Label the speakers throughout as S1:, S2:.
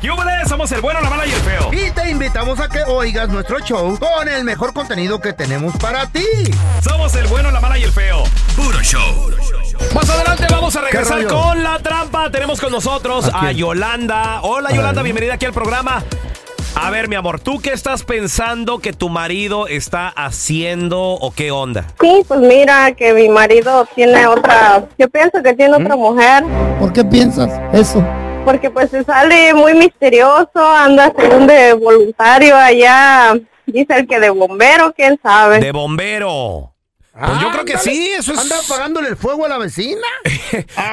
S1: ¿Qué hubo de? Somos el bueno, la mala y el feo.
S2: Y te invitamos a que oigas nuestro show con el mejor contenido que tenemos para ti.
S1: Somos el bueno, la mala y el feo. Puro show. Más adelante vamos a regresar
S2: rollo?
S1: con la trampa. Tenemos con nosotros a, Yolanda. Hola Yolanda, bienvenida aquí al programa. A ver, mi amor, ¿tú qué estás pensando que tu marido está haciendo o qué onda?
S3: Sí, pues mira que mi marido tiene otra, yo pienso que tiene otra mujer,
S4: ¿Mm? ¿Por qué piensas eso?
S3: porque pues se sale muy misterioso, anda según de voluntario allá, dice el que de bombero, quién sabe.
S1: De bombero. Pues yo creo que sí, eso es.
S2: ¿Anda apagándole el fuego a la vecina?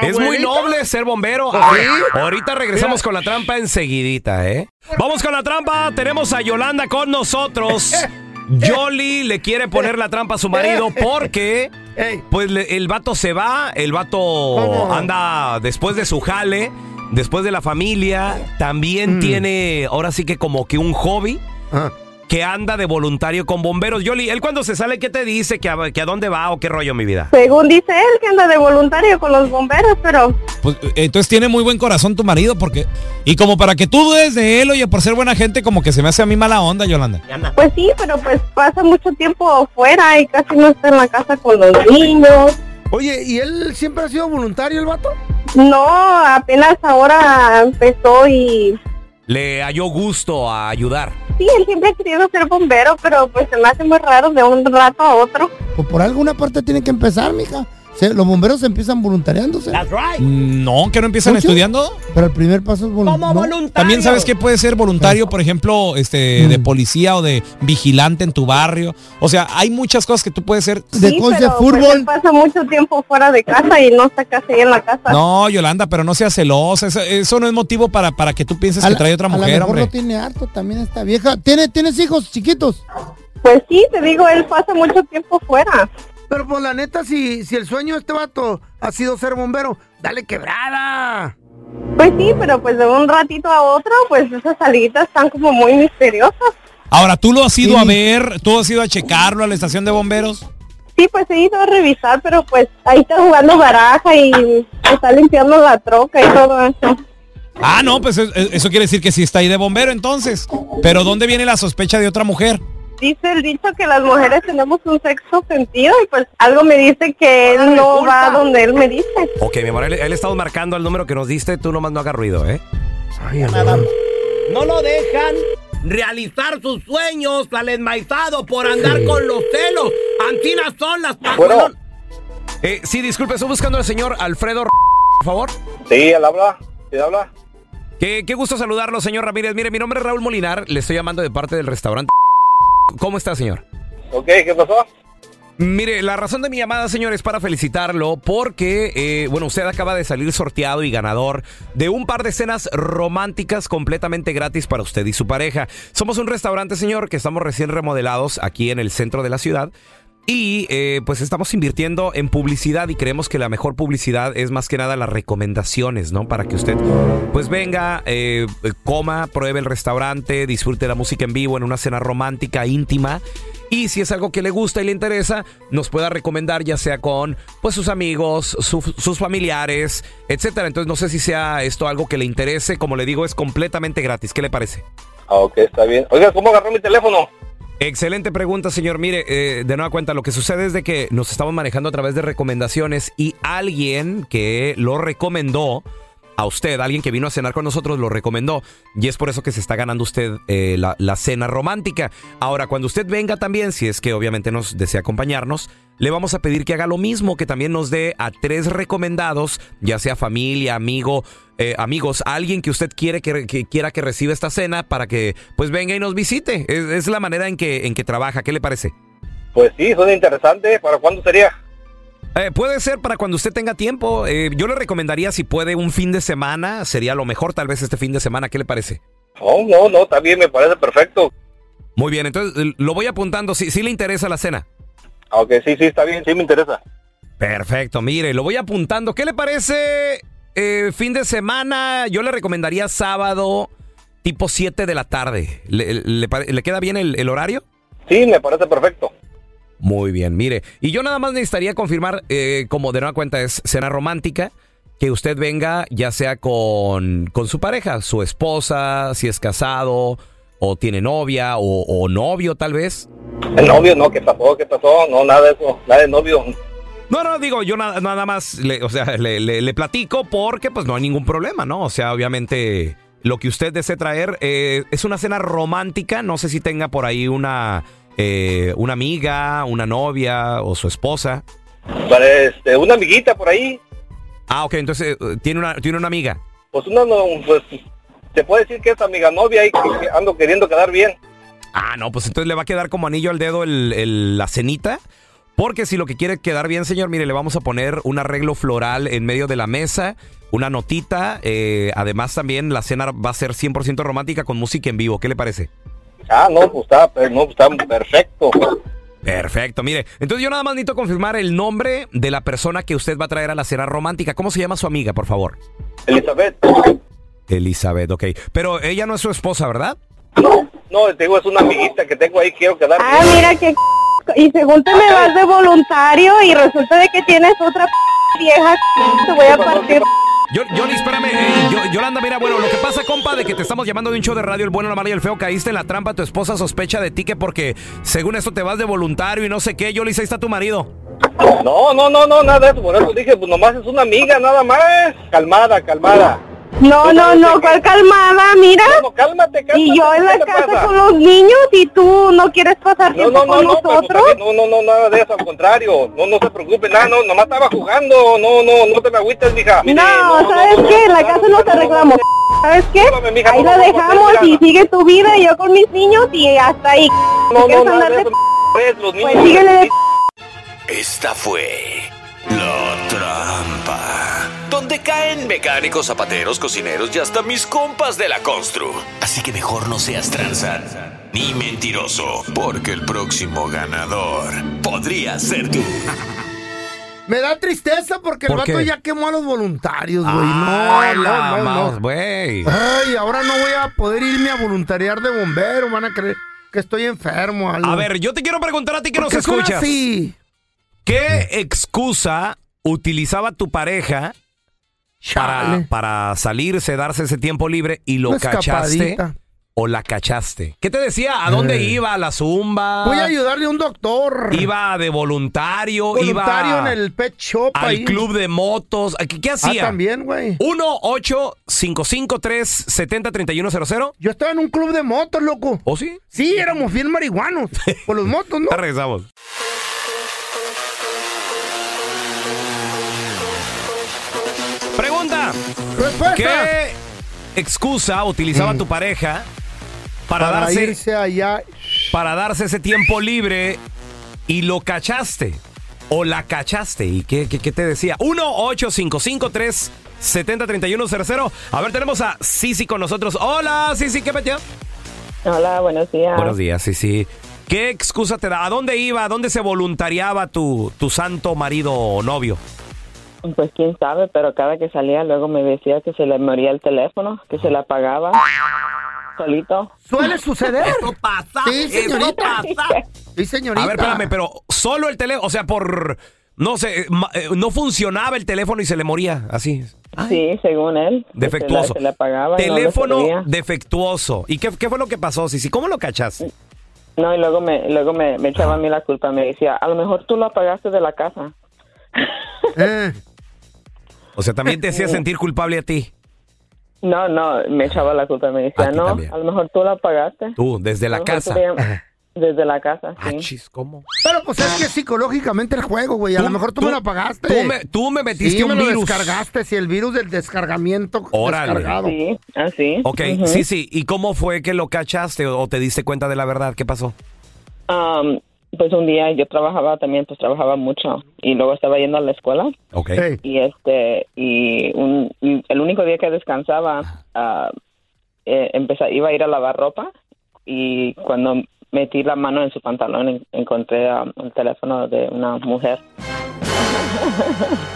S1: Es muy
S2: Abuelita.
S1: noble ser bombero.
S2: Pues
S1: A
S2: sí.
S1: ver, Ahorita regresamos con la trampa enseguidita, ¿eh? Vamos con la trampa. Tenemos a Yolanda con nosotros. Yoli le quiere poner la trampa a su marido porque...
S2: Ey.
S1: Pues le- el vato se va, el vato anda después de su jale, después de la familia, también tiene ahora sí que como que un hobby
S2: Mm. Ah.
S1: que anda de voluntario con bomberos. Yoli, él cuando se sale, ¿qué te dice? ¿Que a, que a dónde va o qué rollo, mi vida?
S3: Según dice él que anda de voluntario con los bomberos, pero
S5: Pues, entonces tiene muy buen corazón tu marido porque... Y como para que tú dudes de él, oye, por ser buena gente, como que se me hace a mí mala onda, Yolanda.
S3: pues sí, pero pues pasa mucho tiempo fuera y casi no está en la casa con los niños.
S2: Oye, ¿y él siempre ha sido voluntario el vato?
S3: No, apenas ahora empezó y
S1: Le halló gusto a ayudar.
S3: sí, él siempre ha querido ser bombero, pero pues se me hace muy raro de un rato a otro.
S4: Pues por alguna parte tiene que empezar, mija. Se- los bomberos empiezan voluntariándose.
S5: No, que no empiezan
S4: ¿Mucho?
S5: estudiando.
S4: Pero el primer paso es voluntario.
S5: También sabes que puede ser voluntario, por ejemplo, este,
S4: Mm.
S5: de policía o de vigilante en tu barrio. O sea, hay muchas cosas que tú puedes ser.
S4: de
S3: Sí,
S4: coach de
S3: pero, pues,
S4: fútbol.
S3: él pasa mucho tiempo fuera de casa y no está casi en la casa.
S5: No, Yolanda, pero no seas celosa. Eso, eso no es motivo para, para que tú pienses
S4: a
S5: que
S4: la-
S5: trae otra
S4: a la
S5: mujer,
S4: mejor
S5: hombre.
S4: no tiene harto también esta vieja. ¿Tiene, ¿Tienes hijos chiquitos?
S3: Pues sí, te digo, él pasa mucho tiempo fuera.
S2: Pero pues la neta, si, si el sueño de este vato ha sido ser bombero, dale quebrada.
S3: Pues sí, pero pues de un ratito a otro, pues esas salidas están como muy misteriosas.
S5: Ahora, ¿tú lo has ido
S4: Sí.
S5: a ver? ¿Tú has ido a checarlo a la estación de bomberos?
S3: Sí, pues he ido a revisar, pero pues ahí está jugando baraja y está limpiando la troca y todo eso.
S5: Ah, no, pues es- es- eso quiere decir que sí está ahí de bombero entonces. Pero ¿dónde viene la sospecha de otra mujer?
S3: Dice el dicho que las mujeres tenemos un sexo sentido y pues algo me dice que él no va donde él me dice.
S1: Ok, mi amor, él, él estamos marcando el número que nos diste, tú nomás no hagas ruido, ¿eh?
S6: No lo dejan realizar sus sueños al enmaizado por andar con los celos. Antinas son las
S7: Bueno,
S1: Eh, sí, disculpe, estoy buscando al señor Alfredo R- por favor.
S7: sí, él habla, sí habla.
S1: Qué, qué gusto saludarlo, señor Ramírez. Mire, mi nombre es Raúl Molinar, le estoy llamando de parte del restaurante. ¿Cómo está, señor?
S7: Ok, ¿qué pasó?
S1: Mire, la razón de mi llamada, señor, es para felicitarlo porque, eh, bueno, usted acaba de salir sorteado y ganador de un par de cenas románticas completamente gratis para usted y su pareja. Somos un restaurante, señor, que estamos recién remodelados aquí en el centro de la ciudad. Y eh, pues estamos invirtiendo en publicidad y creemos que la mejor publicidad es más que nada las recomendaciones, ¿no? Para que usted pues venga, eh, coma, pruebe el restaurante, disfrute la música en vivo en una cena romántica, íntima. Y si es algo que le gusta y le interesa, nos pueda recomendar ya sea con pues sus amigos, su- sus familiares, etcétera. Entonces no sé si sea esto algo que le interese. Como le digo, es completamente gratis. ¿Qué le parece?
S7: Ah, ok, está bien. Oiga, ¿cómo agarró mi teléfono?
S1: Excelente pregunta, señor. Mire, eh, de nueva cuenta, lo que sucede es de que nos estamos manejando a través de recomendaciones y alguien que lo recomendó a usted. Alguien que vino a cenar con nosotros lo recomendó y es por eso que se está ganando usted eh, la, la cena romántica. Ahora, cuando usted venga también, si es que obviamente nos desea acompañarnos, le vamos a pedir que haga lo mismo, que también nos dé a tres recomendados, ya sea familia, amigo, eh, amigos, alguien que usted quiere que, que quiera que reciba esta cena para que pues venga y nos visite. Es, es la manera en que, en que trabaja. ¿Qué le parece?
S8: Pues sí, suena interesante. ¿Para cuándo sería?
S1: Eh, puede ser para cuando usted tenga tiempo. Eh, yo le recomendaría, si puede, un fin de semana. Sería lo mejor, tal vez este fin de semana. ¿Qué le parece?
S8: Oh, no, no, está bien, me parece perfecto.
S1: Muy bien, entonces eh, lo voy apuntando. Si, si le interesa la cena.
S8: Aunque Ah, sí, sí, está bien, sí me interesa.
S1: Perfecto, mire, lo voy apuntando. ¿Qué le parece eh, fin de semana? Yo le recomendaría sábado tipo 7 de la tarde. ¿Le, le pare- le queda bien el, el horario?
S8: Sí, me parece perfecto.
S1: Muy bien, mire. Y yo nada más necesitaría confirmar, eh, como de nueva cuenta es cena romántica, que usted venga ya sea con, con su pareja, su esposa, si es casado o tiene novia o, o novio tal vez.
S8: El novio, no, ¿qué pasó? ¿Qué pasó? No, nada de eso, nada de novio.
S1: No, no, digo, yo nada, nada más, le, o sea, le, le- le platico porque pues no hay ningún problema, ¿no? O sea, obviamente lo que usted desee traer eh, es una cena romántica, no sé si tenga por ahí una, eh, una amiga, una novia o su esposa.
S8: Para este, una amiguita por ahí,
S1: Ah, ok, entonces eh, tiene una, tiene una amiga.
S8: pues una no, pues se puede decir que es amiga novia y que que ando queriendo quedar bien.
S1: Ah, no, pues entonces le va a quedar como anillo al dedo el- el- la cenita. Porque si lo que quiere quedar bien, señor, mire, le vamos a poner un arreglo floral en medio de la mesa, una notita. eh, además, también la cena va a ser 100% romántica con música en vivo. ¿Qué le parece?
S8: Ah, no, pues está, per- no, pues, está perfecto.
S1: Perfecto, mire. Entonces yo nada más necesito confirmar el nombre de la persona que usted va a traer a la cena romántica. ¿Cómo se llama su amiga, por favor?
S8: Elizabeth,
S1: Elizabeth, ok. Pero ella no es su esposa, ¿verdad?
S8: no, te digo, es una amiguita que tengo ahí, quiero quedar
S3: Ah,
S8: bien.
S3: mira que y según te me vas de voluntario y resulta de que tienes otra vieja, te voy a partir.
S1: Yo, Johnny, espérame. eh, yo- Yolanda, mira, bueno, lo que pasa, compa, de que te estamos llamando de un show de radio, el bueno, la mala y el feo, caíste en la trampa, tu esposa sospecha de ti que porque según esto te vas de voluntario y no sé qué, Yoli, ahí está tu marido.
S8: No, no, no, no, nada de eso. Por eso dije, pues nomás es una amiga, nada más. Calmada, calmada.
S3: No, no, no, cuál calmada, mira.
S8: No, cálmate, cálmate.
S3: Y yo en
S8: ¿qué
S3: la
S8: te
S3: casa
S8: pasa?
S3: con los niños y tú no quieres pasar
S8: pues, No, no, no,
S3: tiempo con
S8: no, pero
S3: nosotros.
S8: usted- no, no, no, nada de eso, al contrario. No, no se preocupe, nada, no, nomás estaba jugando. No, no, no te me agüites, mija. pues, Mire,
S3: no, ¿sabes qué? En la
S8: claro,
S3: casa nos
S8: claro,
S3: arreglamos. ¿Sabes qué?
S8: Discúlpame, mija,
S3: Ahí
S8: no
S3: la
S8: lo vamos a hacer,
S3: dejamos y
S8: mira.
S3: sigue tu vida, yo con mis niños y hasta ahí. Si
S8: No, no,
S3: quieres
S8: nada
S3: andar
S8: de
S3: de
S8: eso, pues, los niños.
S3: pues síguele de
S9: Esta fue la trampa. Donde caen mecánicos, zapateros, cocineros y hasta mis compas de la constru. Así que mejor no seas tranza ni mentiroso, porque el próximo ganador podría ser tú.
S2: Me da tristeza porque el
S1: ¿Por
S2: vato
S1: qué?
S2: ya quemó a los voluntarios, Pues, güey.
S1: Ah,
S2: no,
S1: la
S2: no, no, no.
S1: más, güey.
S2: Ay, ahora no voy a poder irme a voluntariar de bombero. Van a creer que estoy enfermo. o algo.
S1: A ver, yo te quiero preguntar a ti que
S2: ¿Por
S1: nos
S2: qué son
S1: escuchas.
S2: así?
S1: ¿Qué excusa utilizaba tu pareja para,
S2: Chale,
S1: para salirse, darse ese tiempo libre y lo
S2: una
S1: cachaste
S2: escapadita.
S1: o la cachaste? ¿Qué te decía? ¿A dónde
S2: Eh.
S1: iba? ¿A la zumba?
S2: Voy a ayudarle a un doctor.
S1: Iba de voluntario,
S2: voluntario
S1: iba
S2: en el pet shop
S1: al
S2: ahí.
S1: club de motos. ¿Qué, qué
S2: Ah,
S1: hacía?
S2: también, güey.
S1: 1 8 553 70 31 00
S2: Yo estaba en un club de motos, loco.
S1: ¿O ¿Oh, sí?
S2: Sí, éramos bien marihuanos. Por los motos, ¿no?
S1: Ya regresamos. Pregunta,
S2: Respuesta. Mm.
S1: ¿qué excusa utilizaba tu pareja para,
S2: Para
S1: darse
S2: irse allá.
S1: para darse ese tiempo libre y lo cachaste. O la cachaste. ¿Y qué, qué- qué te decía? 1-855-370-3100. A ver, tenemos a Sisi con nosotros. Hola, Sisi, ¿qué metió?
S3: Hola, buenos días.
S1: Buenos días, Sisi. ¿Qué excusa te da? ¿A dónde iba? ¿A dónde se voluntariaba tu, tu santo marido o novio?
S3: Pues quién sabe, pero cada que salía luego me decía que se le moría el teléfono, que se le apagaba solito.
S2: Suele suceder.
S10: Eso pasa,
S2: Sí,
S10: eso
S2: señorita.
S10: pasa.
S2: Sí, señorita.
S1: A ver, espérame, pero solo el teléfono, o sea, por... No sé, eh, ma- eh, no funcionaba el teléfono y se le moría, así.
S3: Sí, según él. que se le-
S1: Defectuoso.
S3: Se le, apagaba. y no le
S1: Teléfono
S3: servía.
S1: defectuoso. ¿Y qué, qué fue lo que pasó, Sisi? ¿Cómo lo cachaste?
S3: No, y luego me, luego me, me echaba a mí la culpa. Me decía, a lo mejor tú lo apagaste de la casa.
S2: Eh,
S1: O sea, también te hacía sentir culpable a ti.
S11: No, no, me echaba la culpa, me decía, no,
S1: Ah, también.
S11: a lo mejor tú la pagaste.
S1: Tú, desde
S11: A
S1: la
S11: lo mejor tú
S1: casa.
S3: pues,
S11: le llam- Desde la casa, sí.
S1: ¿cómo?
S2: Pero pues es que psicológicamente el juego, güey. A lo mejor tú, me lo pagaste.
S1: tú me- tú me metiste
S2: Sí,
S1: un
S2: me lo
S1: virus.
S2: descargaste, si el virus del descargamiento
S1: Órale.
S2: descargado.
S11: Sí, así.
S1: Ok,
S11: Ujú.
S1: sí, sí. ¿Y cómo fue que lo cachaste o o te diste cuenta de la verdad? ¿Qué pasó?
S3: um,
S11: Am, pues un día yo trabajaba también, pues trabajaba mucho y luego estaba yendo a la escuela
S1: Ok.
S2: Hey,
S11: y este y, un, y el único día que descansaba ah, eh, empeza- iba a ir a lavar ropa y cuando metí la mano en su pantalón en- encontré ah, el teléfono de una mujer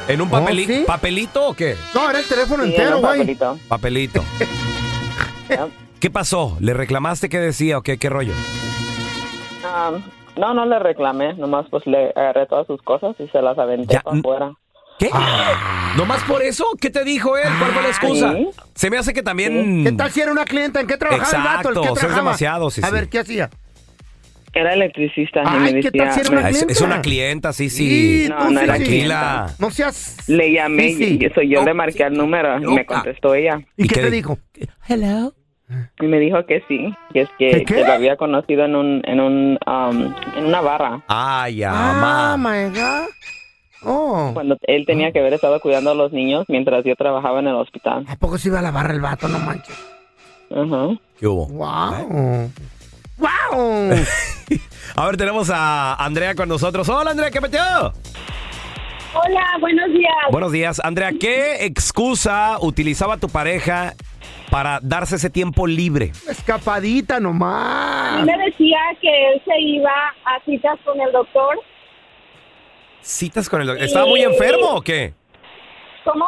S1: ¿En un
S2: Oh,
S1: papeli-
S2: ¿sí?
S1: papelito o qué?
S2: No, era el teléfono
S11: Sí, en
S2: entero,
S11: un
S2: güey.
S11: papelito.
S1: Papelito.
S11: Yep.
S1: ¿Qué pasó? ¿Le reclamaste qué decía o qué, qué rollo?
S11: Am, ah, no no le reclamé nomás pues le agarré todas sus cosas y se las aventé
S1: Ya,
S11: para
S1: mm.
S11: afuera
S1: ¿Qué?
S2: Ah.
S1: ¿Nomás por eso? ¿Qué te dijo él? ¿Cuál fue la excusa?
S11: Sí.
S1: Se me hace que también...
S2: ¿Qué tal si era una clienta? ¿En qué trabajaba el
S1: Exacto,
S2: vato? ¿En
S1: eso
S2: qué
S1: es
S2: trabajaba?
S1: demasiado, sí,
S2: A
S1: sí.
S2: ver, ¿qué hacía?
S11: era electricista y
S2: Ay,
S11: me
S2: ¿qué tal si
S11: decía- pues.
S2: era una
S11: me-
S1: Ah, es, es una clienta, sí, sí.
S2: Y
S11: No,
S2: tú,
S11: no
S2: sí,
S11: era
S2: sí.
S1: Tranquila.
S2: No seas...
S11: Le llamé
S2: Sí, sí.
S11: y eso yo
S1: Loca,
S11: le marqué el número y
S1: loca.
S11: me contestó ella.
S2: ¿Y,
S1: ¿Y
S2: qué
S1: qué
S2: te
S1: di-
S2: dijo?
S1: Hello.
S11: Y me dijo que sí, que es
S2: ¿Qué,
S11: que,
S2: qué?
S11: que lo había conocido en un, en un um, en una barra.
S1: Ay,
S2: Ah,
S1: mamá.
S2: my God. Oh.
S11: Cuando él tenía que haber estado cuidando a los niños mientras yo trabajaba en el hospital.
S2: ¿A poco se iba a la barra el vato? No manches.
S11: Ajá.
S1: ¿Qué hubo?
S2: Wow. Wow.
S1: A ver, tenemos a Andrea con nosotros. Hola, Andrea, ¿qué metió?
S6: Hola, buenos días.
S1: Buenos días. Andrea, ¿qué excusa utilizaba tu pareja para darse ese tiempo libre?
S2: Escapadita nomás.
S6: me decía que él se iba a citas con el doctor.
S1: ¿Citas con el doctor? ¿Estaba muy enfermo o qué?
S6: ¿Cómo?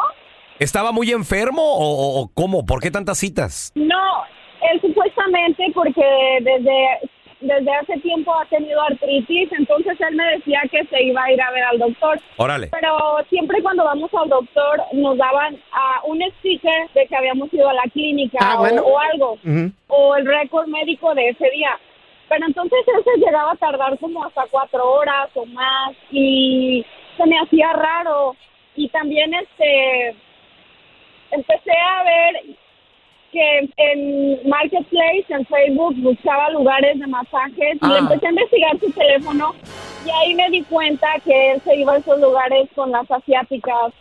S1: ¿Estaba muy enfermo o, o- o cómo? ¿Por qué tantas citas?
S6: No, él supuestamente porque desde, desde hace tiempo ha tenido artritis, entonces él me decía que se iba a ir a ver al doctor.
S1: Órale.
S6: Pero siempre cuando vamos al doctor nos daban ah, un sticker de que habíamos ido a la clínica
S2: Ah,
S6: o,
S2: bueno.
S6: o algo,
S2: Ujú.
S6: o el récord médico de ese día. Pero entonces él se llegaba a tardar como hasta cuatro horas o más y se me hacía raro. Y también este empecé a ver que en Marketplace, en Facebook, buscaba lugares de masajes y
S2: Ah.
S6: empecé a investigar su teléfono y ahí me di cuenta que él se iba a esos lugares con las asiáticas.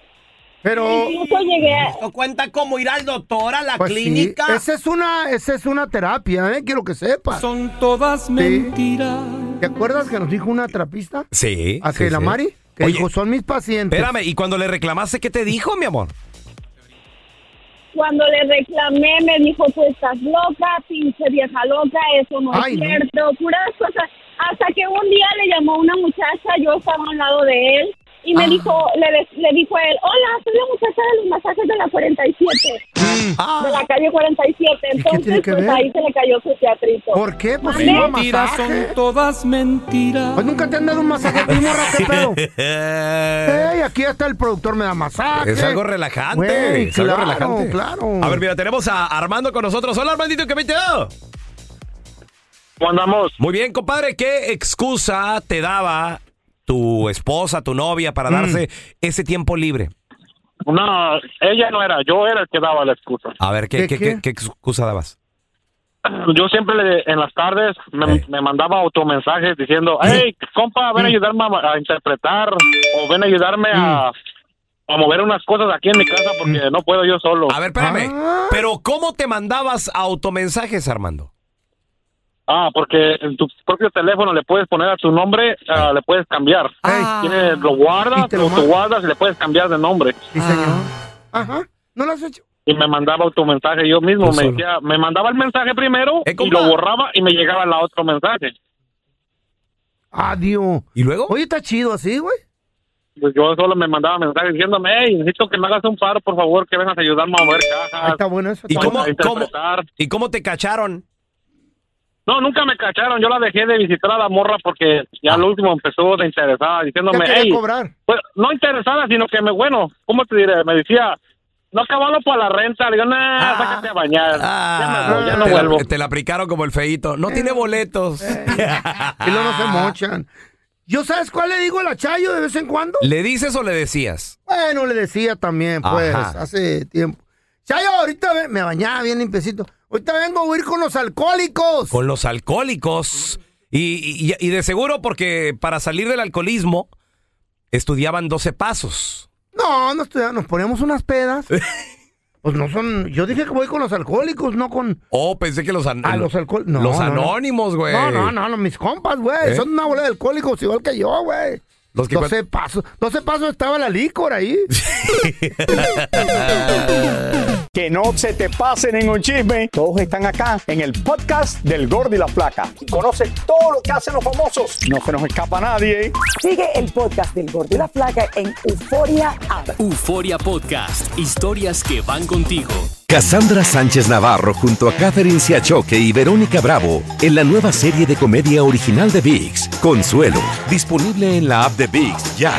S2: Pero...
S6: Incluso llegué,
S12: ¿Esto cuenta como ir al doctor a la
S2: Pues sí,
S12: clínica?
S2: Esa es una, esa es una terapia, ¿eh? Quiero que sepas. Son todas mentiras. ¿Te acuerdas que nos dijo una trapista?
S1: Sí.
S2: ¿A
S1: sí,
S2: que la
S1: sí.
S2: Mari? Que
S1: Oye,
S2: dijo, son mis pacientes.
S1: Espérame, ¿y cuando le reclamaste qué te dijo, mi amor?
S6: cuando le reclamé, me dijo, tú estás loca, pinche vieja loca, eso no
S2: Ay,
S6: es
S2: no.
S6: cierto, puras cosas. Hasta que un día le llamó una muchacha, yo estaba al lado de él, y
S2: Ah.
S6: me dijo, le, de- le dijo a él, hola, soy la muchacha de los masajes de la 47, de la calle
S2: Ah.
S6: 47.
S2: ¿Y qué tiene
S6: Entonces,
S2: que
S6: pues
S2: ver?
S6: ahí se le cayó su teatrito.
S2: ¿Por qué? Pues
S6: Mande.
S2: si no, masaje.
S12: todas mentiras.
S2: Pues nunca te han dado un masaje a ti, morra, qué pedo. Ey, aquí hasta el productor me da masaje.
S1: Es algo relajante.
S2: Güey,
S1: es algo
S2: claro,
S1: relajante.
S2: claro.
S1: A ver, mira, tenemos a Armando con nosotros. Hola, Armandito, ¿qué metió?
S7: ¿Cómo andamos?
S1: Muy bien, compadre, ¿qué excusa te daba tu esposa, tu novia,
S2: Mm.
S1: para darse ese tiempo libre?
S7: No, ella no era, yo era el que daba la excusa.
S1: A ver, ¿qué,
S2: ¿Qué,
S1: qué, qué-
S2: qué?
S1: qué excusa dabas?
S7: Yo siempre le- en las tardes me,
S1: Ey.
S7: me mandaba automensajes diciendo,
S1: Eh.
S7: hey, compa, ven a ayudarme a, a interpretar o ven a ayudarme a,
S1: Eh.
S7: a mover unas cosas aquí en mi casa porque no puedo yo solo.
S1: A ver, espérame.
S2: Ah.
S1: Pero, ¿cómo te mandabas automensajes, Armando?
S7: Ah, porque en tu propio teléfono le puedes poner a tu nombre, ah,
S1: Eh.
S7: le puedes cambiar. Tiene- lo
S2: Ah. Y
S7: guardas,
S2: te lo
S7: lo,
S2: manda.
S7: tú guardas y le puedes cambiar de nombre. Ah.
S2: Sí, señor. Ajá. ¿No lo has hecho?
S7: Y me mandaba automensaje yo mismo,
S1: Tú
S7: me,
S1: solo.
S7: decía- me mandaba el mensaje primero
S1: Eh,
S7: y
S1: compa.
S7: lo borraba y me llegaba el otro mensaje.
S2: Adiós.
S1: ¿Y luego?
S2: Oye, está chido así, güey.
S7: Pues yo solo me mandaba mensajes diciéndome, hey, necesito que me hagas un paro, por favor, que vengas a ayudarme a mover
S2: Ahí
S7: cajas.
S2: está bueno eso.
S1: ¿Y
S2: está
S1: cómo,
S7: a interpretar.
S1: cómo- ¿Y cómo te cacharon?
S7: No, nunca me cacharon, yo la dejé de visitar a la morra porque
S1: Ah.
S7: ya al último empezó de interesada,
S2: bueno.
S7: diciéndome,
S2: Ya quería
S7: hey,
S2: cobrar.
S7: pues, no interesada, sino que me, bueno, ¿cómo te diré? Me decía, no acabalo para la renta, le digo, nah,
S1: Ah.
S7: sácate a bañar, ya me voy, ya no
S1: te,
S7: vuelvo.
S1: La, te la aplicaron como el feito. No tiene boletos.
S2: Eh. Y luego se mochan. ¿Yo sabes cuál le digo a la Chayo de vez en cuando?
S1: ¿Le dices o le decías?
S2: Bueno, le decía también, pues,
S1: Ajá.
S2: hace tiempo. Chayo, ahorita ve- me bañaba bien limpiecito. Ahorita vengo a ir con los alcohólicos.
S1: con los alcohólicos. Y, y- y de seguro porque para salir del alcoholismo estudiaban 12 pasos.
S2: No, no estudiamos, nos poníamos unas pedas. pues no son. Yo dije que voy con los alcohólicos, no con.
S1: Oh, pensé que los, an-
S2: A Ah, los alcohol- no,
S1: los
S2: no, no.
S1: anónimos, güey.
S2: No, no, no, no, mis compas, güey.
S1: ¿Eh?
S2: Son una bola de alcohólicos igual que yo, güey.
S1: Los que
S2: 12 pasos. 12 pasos estaba la licor ahí.
S13: Que no se te pase ningún chisme. Todos están acá en el podcast del Gordi y la Flaca. Y Conoce todo lo que hacen los famosos. No se nos escapa nadie. Sigue el podcast del Gordi y la Flaca en Euforia
S8: Euforia Podcast. Historias que van contigo.
S9: Cassandra Sánchez Navarro junto a Catherine Siachoque y Verónica Bravo en la nueva serie de comedia original de VIX, Consuelo, disponible en la app de VIX ya.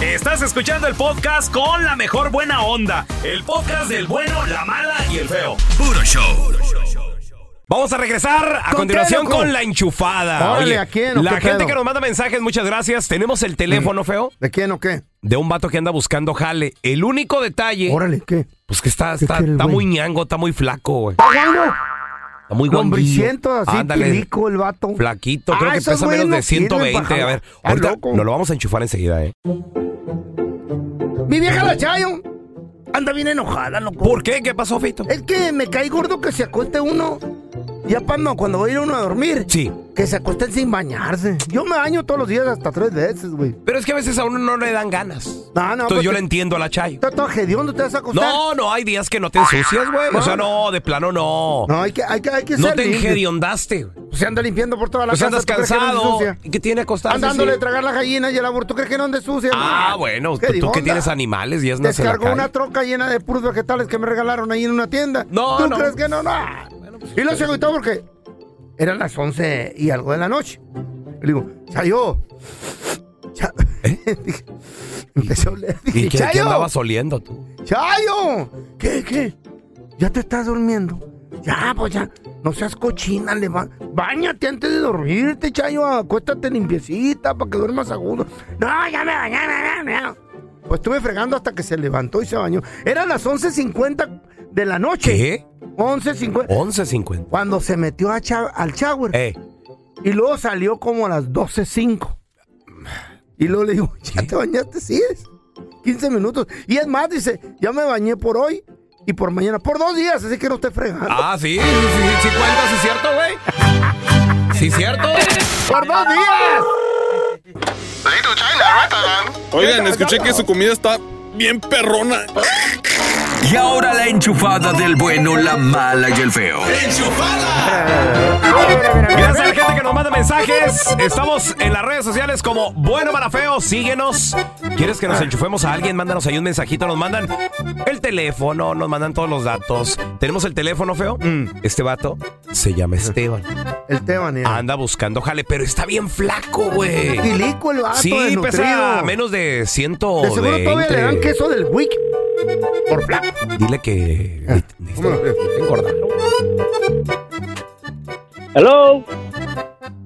S14: Estás escuchando el podcast con la mejor buena onda. El podcast del bueno, la mala y el feo.
S1: Puro show. Vamos a regresar a
S14: ¿Con
S1: continuación
S14: qué, loco?
S1: con la enchufada.
S2: Órale, ¿a quién o
S1: la
S2: qué
S1: gente
S2: pedo? Mm.
S1: que nos manda mensajes, muchas gracias. Tenemos el teléfono, feo.
S2: ¿De quién o qué?
S1: De un vato que anda buscando jale. El único detalle.
S2: Órale, ¿qué?
S1: Pues que está, está,
S2: que el
S1: está
S2: güey-
S1: muy ñango, está muy flaco, güey.
S2: ¿Está guango?
S1: Está muy
S2: Lombriciento,
S1: guanguillo.
S2: así, pilico el vato.
S1: Flaquito, creo
S2: Ah,
S1: que
S2: esos
S1: pesa
S2: güeyes
S1: menos
S2: no
S1: de
S2: sirven
S1: 120.
S2: para
S1: A ver,
S2: jalar. Estás
S1: ahorita
S2: Ah, loco.
S1: nos lo vamos a enchufar enseguida, ¿eh?
S2: Mi vieja la Chayo anda bien enojada, loco.
S1: ¿Por qué? ¿Qué pasó, Fito?
S2: Es que me cae gordo que se acueste uno. Ya cuando, cuando va a ir uno a dormir.
S1: Sí.
S2: Que se acuesten sin bañarse. Yo me baño todos los días hasta tres veces, güey.
S1: Pero es que a veces a uno no le dan ganas.
S2: No, no,
S1: Entonces
S2: pues
S1: yo
S2: te-
S1: le entiendo a la Chayo.
S2: Está todo hediondo, te vas a acostar.
S1: No, no, hay días que no te ensucias, güey. O sea, no, de plano no.
S2: Ah. No, hay que, hay que, hay que
S1: No
S2: ser
S1: te
S2: limpio.
S1: enjediondaste, güey.
S2: Se anda limpiando por toda la
S1: Pues
S2: casa.
S1: andas
S2: ¿tú crees que no se
S1: cansado.
S2: ensucia?
S1: ¿Y qué tiene acostarse
S2: Andándole
S1: así?
S2: a tragar las gallinas y el aborto. ¿Tú crees que no ande sucia?
S1: Ah,
S2: güey?
S1: bueno,
S2: ¿Qué
S1: tú, tú que
S2: dionda?
S1: tienes animales y es nace en la
S2: Descargó
S1: calle.
S2: una troca llena de puros vegetales que me regalaron ahí en una tienda. No, ¿Tú
S1: no. pues
S2: crees que no? No. y lo se agüitó porque eran las 11 y algo de la noche. Le digo, Chayo. Cha- Dije, Empezó a oler. Dije,
S1: ¿Eh? ¿Y qué, qué
S2: Chayo,
S1: andabas oliendo tú?
S2: Chayo. ¿Qué, qué? ¿Ya te estás durmiendo? Ya, pues ya. No seas cochina, le ba- Báñate antes de dormirte, Chayo. Acuéstate limpiecita para que duermas agudo. No, ya me bañé, me bañé, me bañé. Pues estuve fregando hasta que se levantó y se bañó. Eran las 11.50 de la noche.
S1: ¿Qué?
S2: 11.50.
S1: 11.50.
S2: Cuando se metió a cha- al shower.
S1: Eh.
S2: Y luego salió como a las 12.05. Y luego le digo, ¿ya te bañaste? Sí, es 15 minutos. Y es más, dice, ya me bañé por hoy y por mañana. Por dos días, así que no esté fregando.
S1: Ah, sí, sí, sí, sí cuenta, sí es cierto, güey. Sí es cierto.
S2: ¡Por dos días!
S15: Oigan, escuché que su comida está bien perrona.
S14: Y ahora la enchufada del bueno, la mala y el feo.
S1: Gracias a la gente que nos manda mensajes. Estamos en las redes sociales como Bueno para Feo. Síguenos. ¿Quieres que nos enchufemos a alguien? Mándanos ahí un mensajito. Nos mandan el teléfono, nos mandan todos los datos. Tenemos el teléfono, Feo. Este vato se llama Esteban.
S2: Mm. El Esteban,
S1: Anda buscando jale, pero está bien flaco, güey.
S2: Tilico el vato,
S1: Sí, pesa
S2: desnutrido.
S1: menos de ciento.
S2: De seguro todavía le dan queso del Wick. Por flaco.
S1: Dile que.
S2: Ah.
S1: Engorda.
S2: Hello.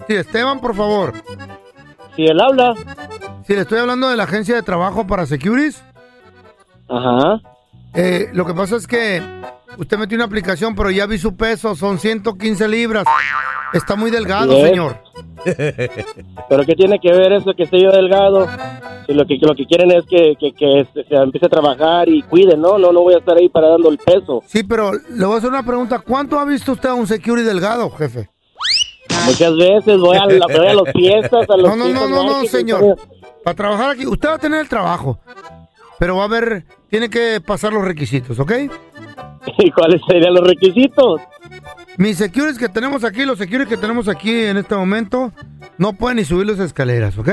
S2: Sí, Esteban, por favor. Si él habla. Si le estoy hablando de la agencia de trabajo para Securities. Ajá. lo que pasa es que usted metió una aplicación, pero ya vi su peso, son 115 libras. Está muy delgado,
S12: Así es.
S2: señor.
S12: Pero ¿qué tiene que ver eso que esté yo delgado? Si lo que, lo que quieren es que, que, que este, se, se empiece a trabajar y cuiden, ¿no? No, no voy a estar ahí para dando el peso.
S2: Sí, pero le voy a hacer una pregunta. ¿Cuánto ha visto usted a un security delgado, jefe?
S12: Muchas veces pues, voy a, la- voy a las fiestas, a
S2: No,
S12: los
S2: no, no,
S12: fiestas
S2: no, no,
S12: marketing,
S2: señor. Para trabajar aquí, usted va a tener el trabajo. Pero va a ver, tiene que pasar los requisitos, ¿ok?
S12: ¿Y cuáles serían los requisitos?
S2: Mis securities que tenemos aquí, los securities que tenemos aquí en este momento, no pueden ni subir las escaleras, ¿ok?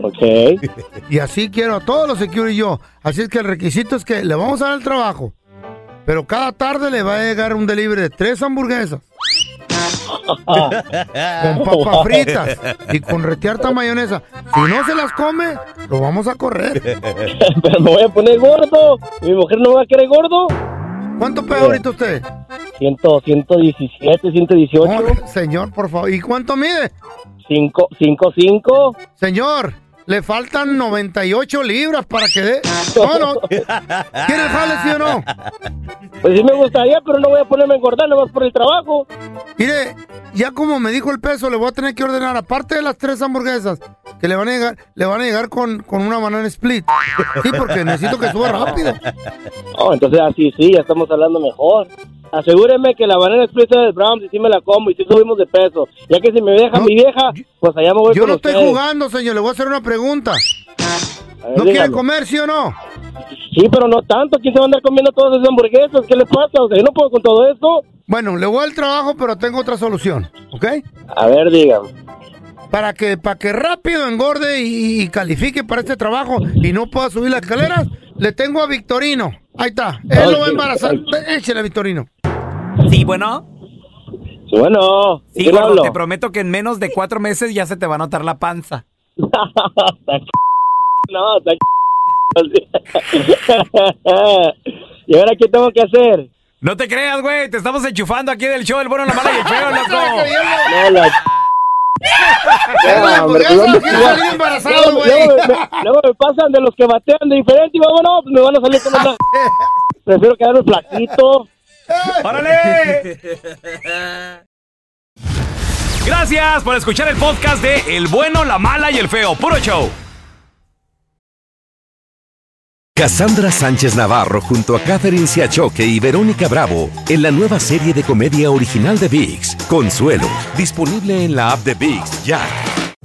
S12: Ok.
S2: Y así quiero a todos los securities yo. Así es que el requisito es que le vamos a dar el trabajo. Pero cada tarde le va a llegar un delivery de tres hamburguesas. con papas fritas y con retiarta mayonesa. Si no se las come, lo vamos a correr.
S12: Pero me voy a poner gordo. Mi mujer no va a querer gordo.
S2: ¿Cuánto pesa ahorita usted?
S12: 100, 117, 118.
S2: señor, por favor. ¿Y cuánto mide?
S12: 5, 5, 5.
S2: Señor, le faltan 98 libras para que dé. No, no. ¿Quiere el jale, sí o no?
S12: Pues sí me gustaría, pero no voy a ponerme a engordar, nomás por el trabajo.
S2: Mire, ya como me dijo el peso, le voy a tener que ordenar, aparte de las tres hamburguesas, que le van a llegar, le van a llegar con, con una banana split. Sí, porque necesito que suba rápido.
S12: Oh, entonces así sí, ya estamos hablando mejor. Asegúreme que la banana expresa del Brahms y si me la como y si subimos de peso. Ya que si me deja mi vieja, pues allá me voy
S2: Yo
S12: con
S2: no estoy
S12: ustedes.
S2: jugando, señor, le voy a hacer una pregunta.
S12: A ver,
S2: ¿No quiere
S12: dígame.
S2: comer, sí o no?
S12: Sí, pero no tanto. ¿Quién se va a andar comiendo todas esas hamburguesas? ¿Qué les pasa? O sea, yo no puedo con todo esto.
S2: Bueno, le voy al trabajo, pero tengo otra solución, ¿ok?
S12: A ver, dígame.
S2: Para que, para que rápido engorde y, y califique para este trabajo y no pueda subir las escaleras, le tengo a Victorino. Ahí está, él lo va a embarazar. Échale a Victorino.
S1: Sí, bueno.
S12: Bueno,
S1: Sí,
S12: ¿qué le
S1: gordo,
S12: hablo?
S1: te prometo que en menos de cuatro meses ya se te va a notar la panza.
S12: No, está ¿Y ahora qué tengo que hacer?
S1: No te creas, güey. Te estamos enchufando aquí del show El Bueno, la mala y el feo, loco.
S12: No, la
S1: la
S12: No, hombre,
S1: hamburguesa,
S12: luego-
S1: quiere salir embarazado,
S12: luego-
S1: güey.
S12: Luego me- luego me pasan de los que batean de diferente y vámonos, me van a salir con una... Prefiero quedarme flaquito.
S1: ¡Órale! Gracias por escuchar el podcast de El Bueno, la Mala y el Feo. Puro show.
S9: Cassandra Sánchez Navarro junto a Catherine Siachoque y Verónica Bravo en la nueva serie de comedia original de VIX, Consuelo, disponible en la app de VIX ya.